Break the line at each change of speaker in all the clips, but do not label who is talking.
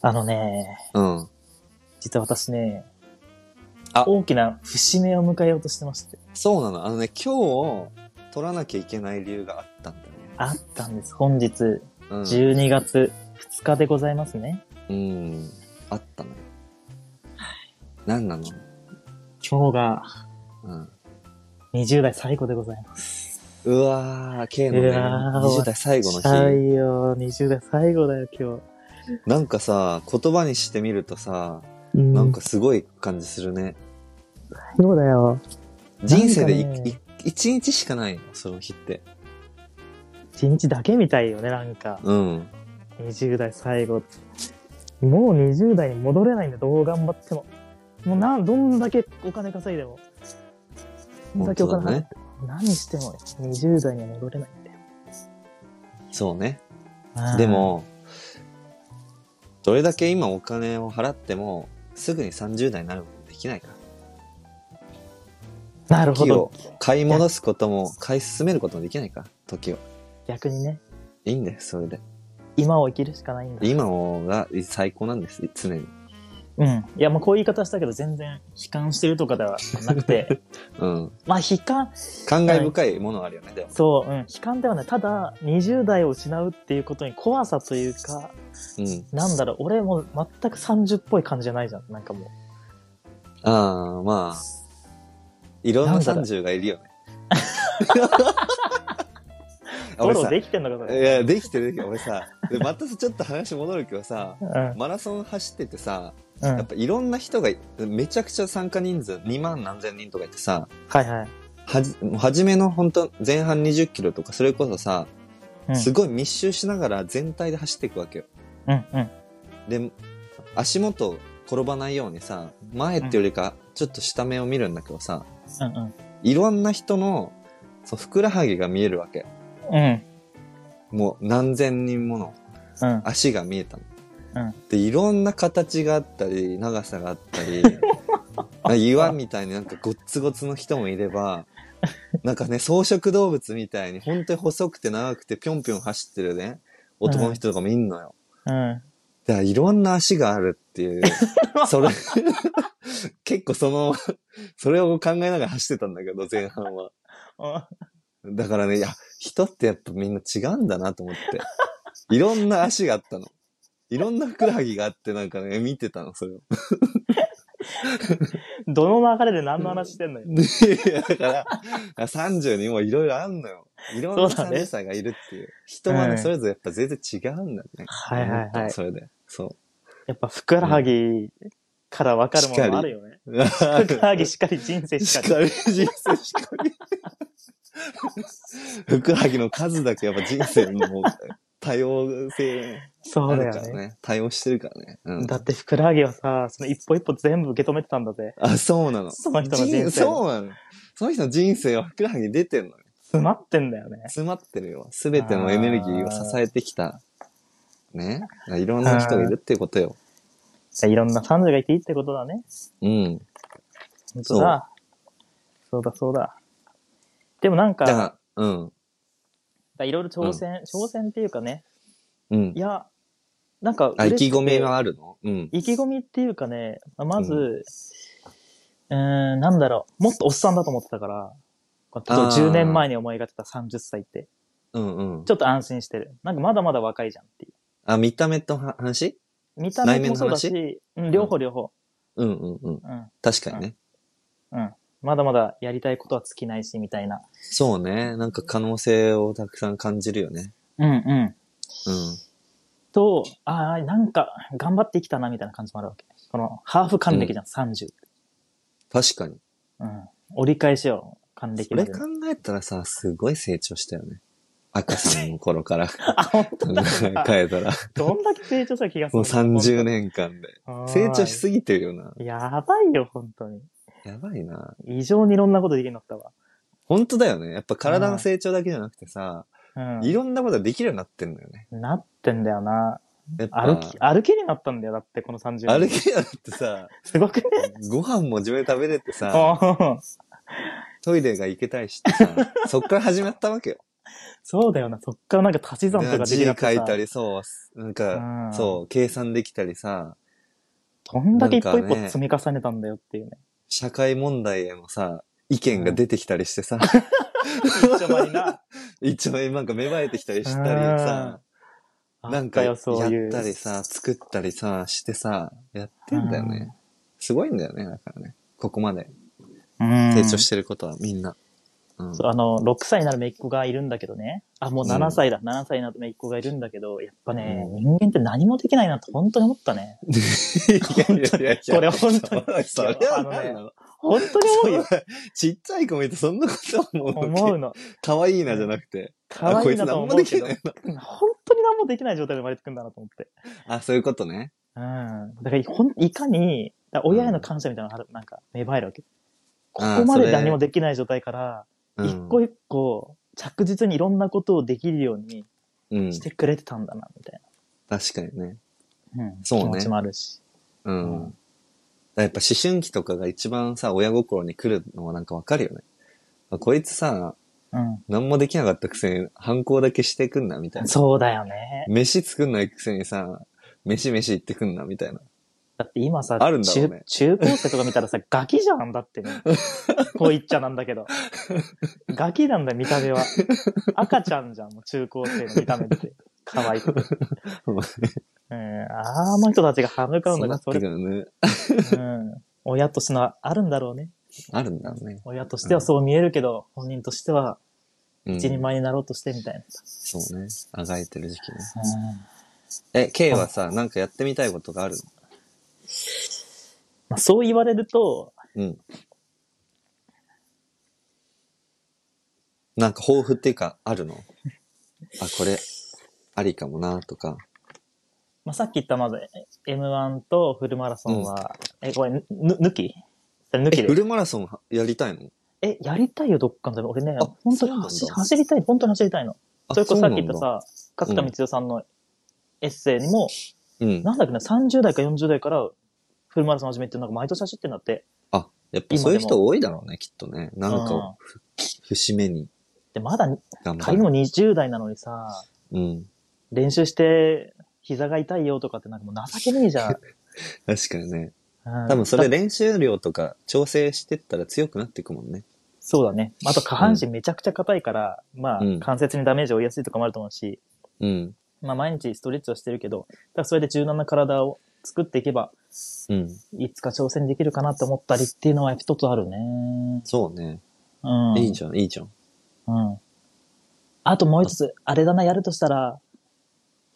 あのね、
うん。
実は私ね、
あ
大きな節目を迎えようとしてまして、
そうなの。あのね、今日、取らなきゃいけない理由があったんだね。
あったんです。本日、
うん。
12月2日でございますね。
うん。あったのよ。何なの
今日が
うん。
20代最後でございます。
うわー、K のね、
うわー
20代最後の
ちゃ
日。
いよ、20代最後だよ、今
なんかさ、言葉にしてみるとさ、
日。う
なんか、すごい感じするね。
そうだよ。
人生でい
なんかね
い一日しかないの、その日って。
一日だけみたいよね、なんか。
うん。
20代最後。もう20代に戻れないんだ、どう頑張っても。もうな、どんだけお金稼いでも。どんだ
本
けお
当
金
だ
払っ
ね
て。も何しても20代には戻れないんだよ。
そうね。
あー
で、も、どれだけ今お金を払っても、すぐに30代になることできないから。
なるほ
時を
ど。
買い戻すことも、買い進めることもできないから、時を。
逆にね、
いいんだよ、それで。
今を生きるしかないんだ。
今をが最高なんです、常に。
うん。いや、もうこういう言い方したけど、全然悲観してるとかではなく て、
うん。
まあ悲観、
感慨深いものあるよね、でも。
そう、うん、悲観ではない。ただ、20代を失うっていうことに怖さというか、
うん。
なんだろう、俺もう全く30っぽい感じじゃないじゃん。なんかもう。
ああ、まあ、いろんな
なんだろう
30がいるよ ね。
フォ
俺
ロー
さ、
できてんのか、そ
い
れ。
や、できてるできてる俺さ、でまたちょっと話戻るけどさ、
うん。
マラソン走っててさ、
うん。
やっぱいろんな人が、めちゃくちゃ参加人数2万何千人とかいてさ、
はいはい。
はじ、もう初めの本当前半20キロとか、それこそさ、
うん
すごい密集しながら全体で走っていくわけよ。
うんうん。
で、足元転ばないようにさ、前ってよりか、ちょっと下目を見るんだけど
う
さ、
ん
いろんな人の、そのふくらはぎが見えるわけ。
うん。うん。
もう何千人もの
うん。
足が見えたの。
うん
で、いろんな形があったり、長さがあった り、なんか岩みたいになんかごっつごつの人もいれば、なんかね、草食動物みたいに本当に細くて長くてぴょんぴょん走ってるね、男の人とかもいんのよ。
うん。
だからいろんな足があるっ ていう、それ、結構その、それを考えながら走ってたんだけど、前半は。だからね、いや、人ってやっぱみんな違うんだなと思って。 いろんな足があったの。いろんなふくらはぎがあって、なんかね、見てたの、それを。
どの流れで何の話してんのよ。
でだから、30にもいろいろあんのよ。いろんな
そうだね
30歳がいるっていう。人はね、
うん
それぞれやっぱ全然違うんだね。
はいはいはい
それで。そ
やっぱ、ふくらはぎから分かるものもあるよね。
う。
ふくらはぎしっかり人生し
し
っかり。
かり、人生しかり。ふくらはぎの数だけやっぱ人生のもう多様性
そ
あ
うだ
るから
よね。
ね。対応してるからね。うん、
だってふくらはぎはさ、その一歩一歩全部受け止めてたんだぜ。
あ、そうなの。
その人の人生
人そうなの。その人の人生はふくらはぎに出てるのよ。
詰まってんだよね。
詰まってるよ。すべてのエネルギーを支えてきた。ね。いろんな人がいるってことよ。
じゃあいろんな彼女がいていいってことだね。
うん。
本当だ。そうだそうだ。でもなん
だ
か、
から、うん。
いろいろ挑戦、挑戦っていうかね。
うん
い。や、なんか
あ、意
嬉
気
しくて
込みはあるのうん。
意気込みっていうかね、まず、
う
うーん、なんだろう、もっとおっさんだと思ってたから、こう
あー
10年前に思いがけた30歳って、
うんうん
ち。ょっと安心してる。なんかまだまだ若いじゃんっていう。
あ、見た目とは話
見た目
内面
も
の
そうだ
話
し、うん、両方両方、
うんうんう
う
ん。
ん。
確かにね。
うん。まだまだやりたいことは尽きないし、みたいな。
そうね。なんか可能性をたくさん感じるよね。
うんうん。
うん。
と、ああ、なんか、頑張ってきたな、みたいな感じもあるわけ。この、ハーフ還暦じゃん、30。
確かに。
うん。折り返しよ、還暦
そ
ま
れ
で
考えたらさ、すごい成長したよ ね。赤さんの頃から考
あ、本当だ。
えたら。
どんだけ成長した気がす
も
る
う30年 間で。成長し
す
すぎてるよな。
ぎ。やばいよ、本当に。
やばいな。
異常にいろんなことできるようになっ
本当だよね。やっぱ体の成長だけじゃなくてさ、
たわ。
いろんなことができるようになってんだよね。
うん。なってんだよな。
やっぱ
歩き、歩けるようになったんだよ、だって、この30年。
歩きやって さ、
すごくね。
ご飯も自分で食べれてさ、
おー
トイレが行けたりしてさ、そっから始まったわけよ。
そうだよ な。そっからなんか足し算とかで
字
き
書
ないくてさ
たり、そう、なんか、
うん
そう、計算できたりさ、
どんだけ一歩一
なん
歩
かね
積み重ねたんだよっていうね。
社会問題へのさ、意見が出てきたりしてさ、
一丁前にな。
一応なんか芽生えてきたりしたりさ、なんか
あ
や
っ
った
よそういう。
たりさ、作ったりさ、してさ、やってんだよね。すごいんだよね、だからね。ここまで
うん、
成長してることはみんな。うん。
そうあの、6歳になる姪っ子がいるんだけどね。あ、もう
う
7
ん
歳だ。7歳になる姪っ子がいるんだけど、やっぱね、
う
人間って何もできないなって本当に思ったね。
いやいやいや
これ本当に。
それは何なの
本当に思うよ。
ちっちゃい子見てそんなこと思うの
思うの。
可愛いなじゃなくて。
可
あ、こ
愛
い
い
つ
なと
何
思
も
う
でき
けど
な、いな。
本当に何もできない状態で生まれてくるんだなと思って。
あ、そういうことね。
うん。だから、ほん、いかに、だから親への感謝みたいなのがある、なんか、芽生えるわけ。こ
あー
こま
そ
で
れ
何もできない状態から、
うん
一個一個、着実にいろんなことをできるように
うん
し。てくれてたんだな、みたい
確かにね。
な。うん。
そうね
気持ちもあるし。
う
う
ん。だからやっぱ思春期とかが一番さ、親心に来るのはなんかわかるよね。あこいつさ、
うん。
何もできなかったくせに反抗だけしてくんな、みたいな。
そうだよね。
飯作んないくせにさ、飯飯行ってくんな、みたいな。
だって今さ、
あるんだろうね
中中高生とか見たらさ、ガキじゃんだ ってね。こう言っちゃなんだけど。ガキなんだよ、見た目は。赤ちゃんじゃん、もう中高生の見た目って。可愛くて。
お前
うん。あの人たちが歯向かうん
そう
だから、
なって
そ
く
れ、
るね。
うん。親としてのあるんだろうね。
あるんだろうね。
親としてはそう見えるけど、本人としては
うん
一人前になろうとしてみたいな。
そうね。あがいてる時期ね。
うん
え、K はさ、なんかやってみたいことがある
まあ、そう言われると、
のうん。なんか抱負っていうか、ある のあ、これ、ありかもな、とか。
まあ、さっき言ったまず M1 とフルマラソンは、え、これ、ぬ、抜き抜き
え、
で
フルマラソンはやりたいの
え、やりたいよ、どっかのため。俺ね
あ、
本当に
そうなんだ
走走りたい、本当に走りたいの。
あ
それこそさっき言った
そうなんだ
さ、角田光代さんのエッセイにも、
うん。
なんだっけな、30代か40代からフルマラソン始めて、なんか毎年走ってんだって。
あ、やっぱそういう人多いだろうね、きっとね。なんか、節目に
で、まだ、
頑張
仮に
る。
も20代なのにさ、
うん。
練習して、膝が痛いよとかってなんかもう情けねえ じゃん。
確かにね。
うん
多分それ
だ
練習量とか調整してったら強くなっていくもんね。
そうだね。あと下半身めちゃくちゃ硬いから、まあ
うん、
関節にダメージを負いやすいとかもあると思うし、
うん。
まあ毎日ストレッチをしてるけど、だからそれで柔軟な体を作っていけば、
うん。
いつか挑戦できるかなって思ったりっていうのは一つあるね。
そうね。
うん。
いいじゃん、いいじゃん。
うん。あともう一つ、あれだな、やるとしたら、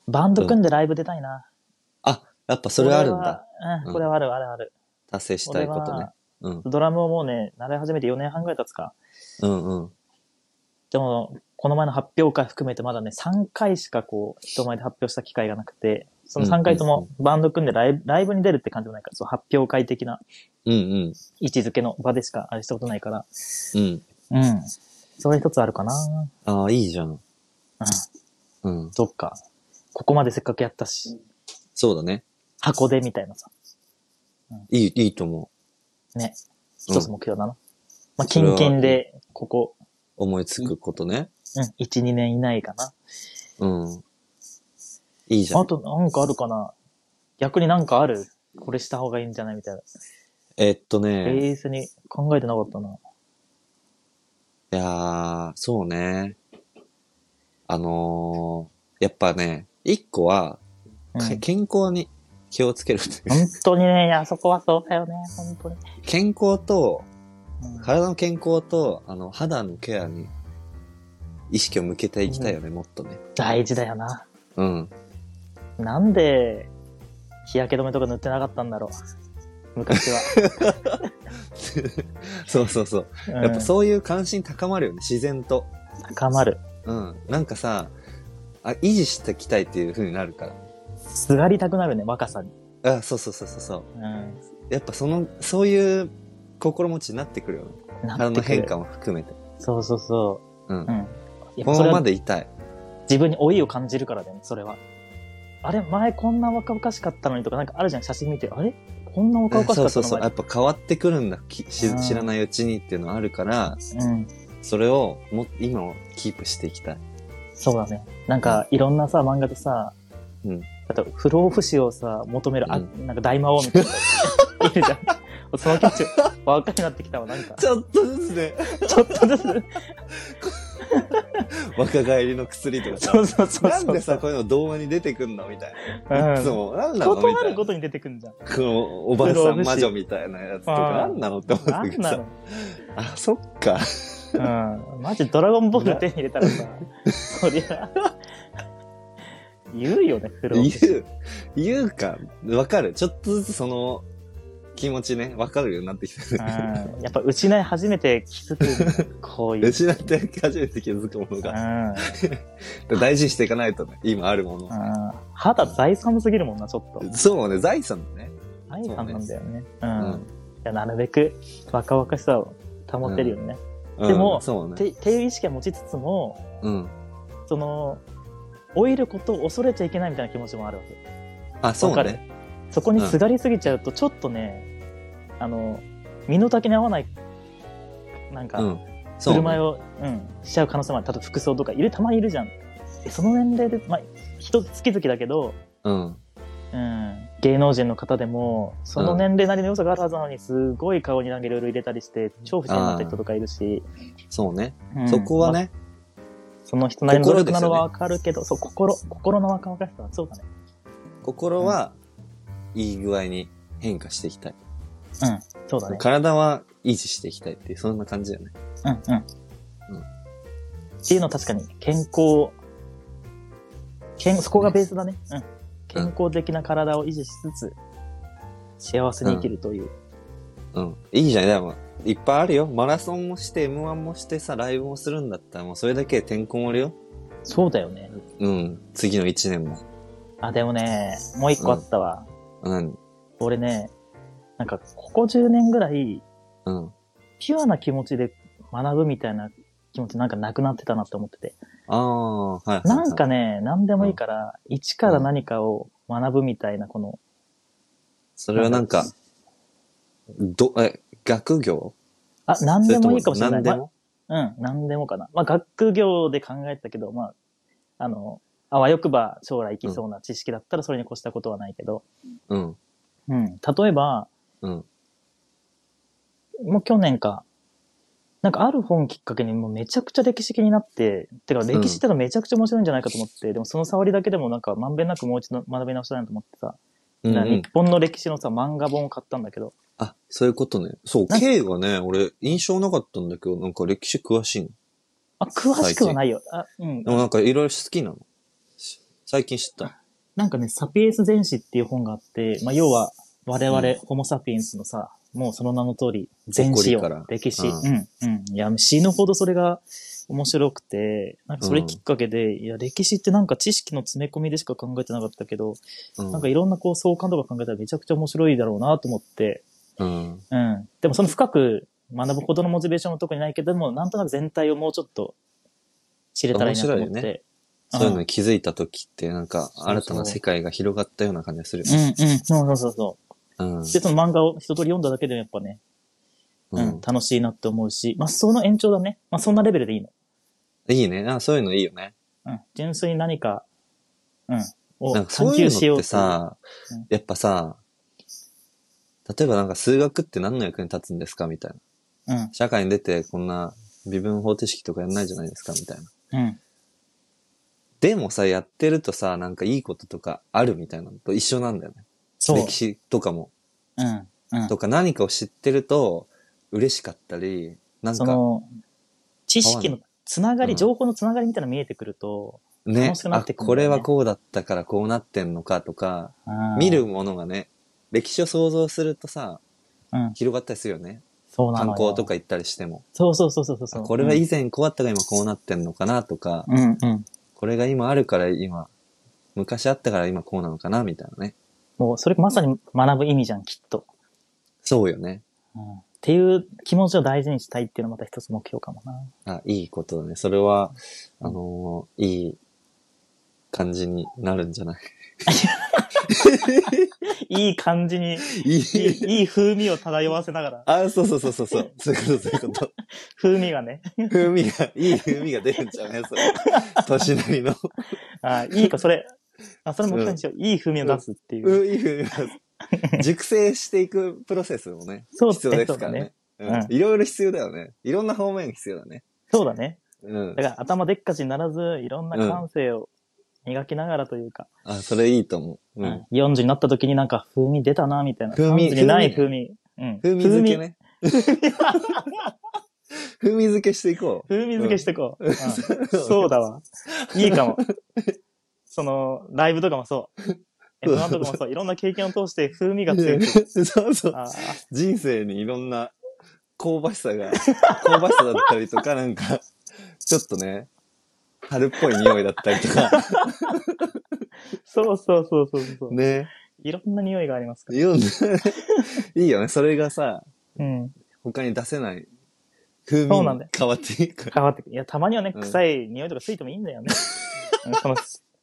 バンド組んでライブ出たいな。
あ、やっぱそれあるん
こ
だ。
は。う
うん
ん、これはある、ある、ある。
達成したいことね。うん。
ドラムをもうね、習い始めて4年半ぐらい経つか。
うんうん。
でも、この前の発表会含めてまだね、3回しかこう、人前で発表した機会がなくて、その3回と
うんう
も
ん
バンド組んでライブ、ライブに出るって感じもないから、そう発表会的な
うんうん。
位置づけの場でしかあれしたことないから。
うん。
うん。それ一つあるかな。
ああ、いいじゃ
う
ん。
ん。
うん。
どっか、ここまでせっかくやったし、
そうだね。
箱でみたいなさ、
いい、いいと思う。
ね。
うん
一つ目標だな。まあ、
それは
近々で、ここ、
思いつくことね。
うん、1、2年以内かな。
うん。いいじゃ
あ
ん。
と、なんかあるかな。逆になんかあるこれした方がいいんじゃないみたいな。
えっと
ベ
ね。
ースに考えてなかったな。
いやー、そうね。あのー、やっぱね、一個は、
うん、
か
本
健康に気をつける。
当にね、いや、そこはそうだよね、本当に。
健康と、
うん
体の健康と、あの、肌のケアに意識を向けていきたいよね、もっとね。
大事だよな。
うん。
なんで、日焼け止めとか塗ってなかったんだろう。昔 は。
そうそうそう。やっぱそういう関心高まるよね、自然と。
うん高まる。
うん。なんかさ、あ、維持していきたいっていう風になるか
すがりたくなるね、若さに。
ら。あ、そうそうそうそうそう。
うん。
やっぱその、そういう心持ちになってくるよね。
な
体
ってく
の
る
変化も含めて。。
そうそうそうう。うんん。やっぱ
こ
それ
のまま
は
でいたい。
自分に老いを感じるからだよね、それは。あれ、前こんな若々しかったのにとか、なんかあるじゃん、写真見て。あれこんな若々しか
そう
った
そう
の
そう。やっぱ変わってくるんだ。き知
うん
知らないうちにっていうのはあるから、
前うん。
それをも、今をキープしていきたい。
そうだね。なんか、いろんなさ、漫画でさ、
うん
あと、不老不死をさ、求める、あ、
う
なんか大魔王みたいな。 いるじゃん。そのキャッチ、若くなってきたわ、なんか。
ちょっとずつね、
ちょっとずつ。
若返りの薬とか さ
そ。うそうそうそう。
なんでさ、こういうの動画に出てくんのみたい
うん
な。いつも、なんなの
断
みたい
る
な。
こ
こと
に出てくんじゃん。
のおばあさん魔女みたいなやつとか、
あー
なんなのって思っ
な
て
ん
けど
な
さ
の。
あ、そっか。
うん。マジドラゴンボール手に入れたらさ、そりゃ、言うよね、不老不死。
言う、言うか、わかる。ちょっとずつその気持ちね、わかるようになってき
う
た。
ん。やっぱ、失い初めて気づくんだよこ ういう。
失って初めて気づくもの
う
が。
ん。
大事にしていかないとね、今あるもの
う。ん肌財産すぎるもんな、ちょっと。
そうね、財産だね。
財産なんだよね。う。
うん
いやなるべく若々しさを保てるようにね。
ん
でも
うんそうね。
てっていう意識は持ちつつも、
うん。
その、老いることを恐れちゃいけないみたいな気持ちもあるわけ。
あ、そ
わ
う
かる
ね。
そこにすがりすぎちゃうと、ちょっとね、あの、身の丈に合わない、なん
う
か、
ん。そう
振る
ね
舞いを、うん、しちゃう可能性もある。例えば服装とか、いる、たまにいるじゃん。えその年齢で、まあ、人月々だけど、
うん。
うん、芸能人の方でも、その年齢なりの良さがあるはずなのに、すごい顔になんかいろいろ入れたりして、超不幸になった人とかいるし、
そうね。
うん
そこは
まあ
ね、
その人なりの努力なのはわ
心
かるけど、そう、心、心の若々しさはそうだね。
心はいい具合に変化していきたい。
うん、そうだね。
体は維持していきたいっていう、そんな感じだよね。
うんうん。っていうのは確かに健康、健そこがベースだね。うん。健康的な体を維持しつつ、幸せに生きるという。
うん。いいじゃん。でも、いっぱいあるよ。マラソンもして、M1 もしてさ、ライブもするんだったら、もうそれだけでてんこ盛りよ。
そうだよね。
うん。次の1年も。
あ、でもね、もう一個あったわ。
何
俺ね、なんか、ここ10年ぐらい、
うん。
ピュアな気持ちで学ぶみたいな気持ちなんかなくなってたなって思ってて。
ああ、はいはいはい。
なんかね、何でもいいから、一から何かを学ぶみたいな、この、
それはなんか、ど、え、学業
あ、何でもいいかもしれない。
何でも
うん、何でもかな。まあ、学業で考えてたけど、まあ、あの、あわよくば将来生きそうな知識だったらそれに越したことはないけど、
うん。
うん、例えば、
うん。
もう去年か、なんかある本きっかけにもうめちゃくちゃ歴史気になって、てか歴史ってのはめちゃくちゃ面白いんじゃないかと思って、でもその触りだけでもなんかまんべんなくもう一度学び直したいなと思ってさ、
うん、う
なんか
ん
日。本の歴史のさ、漫画本を買ったんだけど、
あ、そういうことね。そう、
なんか
K がね、俺、印象なかったんだけど、なんか歴史詳しいの。
あ、詳しくはないよ。あ、うん
で。もなんかいろいろ好きなの。し最近知った。
なんかね、サピエンス全史っていう本があって、まあ、要は、我々、
うん
ホモサピエンスのさ、もうその名の通り、全史
誇りから
よ、歴史。う
うん
ん、うん。いや、死ぬほどそれが面白くて、なんかそれきっかけで、いや、歴史ってなんか知識の詰め込みでしか考えてなかったけど、
うん。
なんかいろんなこう相関とか考えたらめちゃくちゃ面白いだろうなと思って、
うん。
うん。でもその深く学ぶほどのモチベーションは特にないけども、なんとなく全体をもうちょっと知れたらいいなと思っ
面白いよ
て。
そういうのに気づいた時って、なんか、
う
新たな世界が広がったような感じがするよ
うん、
ね。
うん、そうそうそうそう。
うん。
で、その漫画を一通り読んだだけでもやっぱね、
う
うんん、。楽しいなって思うし、まあ、その延長だね。まあ、そんなレベルでいいの。
いいね。あそういうのいいよね。
うん、純粋に何か、うん、を
なんかそ
探
うい
求
う
しよ
の
う
ってさ
うん、
やっぱさ、例えばなんか数学って何の役に立つんですかみたいな。
という
社会に出てこんな微分方程式とかやんないじゃないですかみたいな。
うん、うん。
でもさ、やってるとさ、なんかいいこととかあるみたいなのと一緒なんだよね。
そう
歴。史とかも。
うん、うん。
とか何かを知ってると嬉しかったり、なん
そ
か
の、知識のつなが
う
り、
ん
情報のつながりみたいなの見えてくると、
ね
楽しく、な
あ、
ってくるん
こ
だ
れ
よね
はこうだったからこうなってんのかとか、
うん
見る、ものがね、歴史を想像するとさ、
うん、
広がったりするよね。
そうなの
観
よ
光と。か行ったりしても。
そうそうそうそうそ
あ
う。
これは
うん
以前こうあったから今こうなってんのかなとか、
うん、うん。
これが今あるから今、昔あったから今こうなのかなみたいなね。
もう、それまさに学ぶ意味じゃん、きっと。
そうよね。
うん。っていう気持ちを大事にしたいっていうのもまた一つ目標かもな。
あ、いいことだね。それは、あのーいい感じになるんじゃない
いい感じに、
い
いい
い。
いい風味を漂わせながら、
あ、そうそうそうそう そう。そういうこと、そういうこと。
風味がね、
風味が、いい風味が出るんちゃうね、それ。年なりの。
あいいか、それ、あ、それ目標にしよう。いい風味を出すっていう。
うん、いい風味が。熟成していくプロセスもね、
そう
必要ですからね。
だね
うんいろいろ必要だよね。いろんな方面が必要だね。
そうだね。
うん
だ。から頭でっかちにならず、いろんな感性を磨きながらというか、
あ、それいいと思う。うん。
40になった時になんか風味出たな、みたいな。
風味
30にない風味。うん
風味付けね。風味付けしていこ
風味付 けして こう。うん
う。
そうだわ。いいかも。その、ライブとかも そう。
うん
M1 とかもそう。いろんな経験を通して風味が強い。
そうそう。
あー
人生にいろんな香ばしさが、香ばしさだったりと か、なんか、ちょっとね、春っぽい匂いだったり とか、
そうそうそうそうそう、
ね。
いろんな匂いがありますから。
いろんな、いいよね。それがさ、
うん。
他に出せない風味
そうなんだ
に変わっていくから。
変わってくるいや、たまにはね、
うん
臭い匂いとかついてもいいんだよね。 うんその、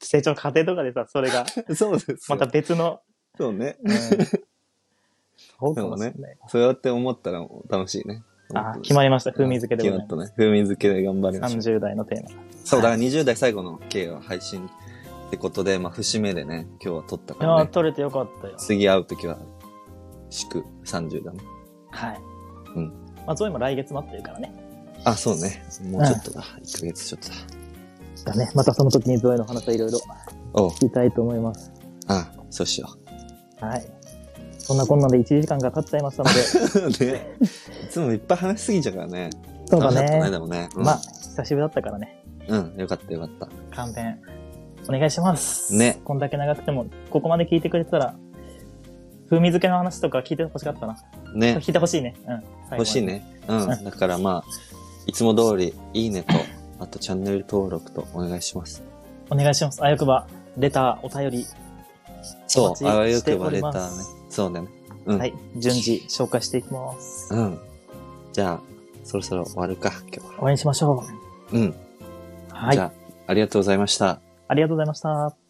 成長の過程とかでさ、それが、
そうですよ。
また別の、
そうね。
うん。そうかもしれない。
そうやって思ったら楽しいね。
あー決まりました。風味付けで
決
ご
ま
ざいま。
ったね。風味付けで頑張りますしょう。
30代のテーマ。
そう、だから20代最後の経を配信ってことで、まあ、節目でね、今日は撮った
い
か
や
ら
ー、
ね。
取れてよかったよ。
次会うときは、祝30だね。
はい。
うん
まあ、ゾイも来月待ってるからね。
あ、そうね。もうちょっとだ。1ヶ月ちょっとだ。
だね。またその時にゾイの話をいろいろ
おう
聞きたいと思います。
あ、そうしよ
はい。そんなこんなんで1時間が経っちゃいました ので、
う。ね。いつもいっぱい話しすぎちゃうからね。
そうだ
楽しったね、
ね。
でもね。うん
まあ、久しぶりだったからね。
うん、よかったよかった。
勘弁、お願いします。
ね。
こんだけ長くても、ここまで聞いてくれてたら、風味付けの話とか聞いてほしかったな。
ね。
聞いてほしいね。うん。最後まで
欲しい。ね。うん。
う
だからまあ、いつも通り、いいねと、あとチャンネル登録とお願いします。
お願いします。あやくば、レター、お便り。お
そ
待ち
う、あわよ
して
く
お
ば
り
レタ
ます
ーね。そうだね。うん。
はい。順次、紹介していきます。
うん。じゃあ、そろそろ終わるか、今日は。
お会いしましょ
うん。
う。は
じ
い。
ゃあ、ありがとうございました。
ありがとうございました。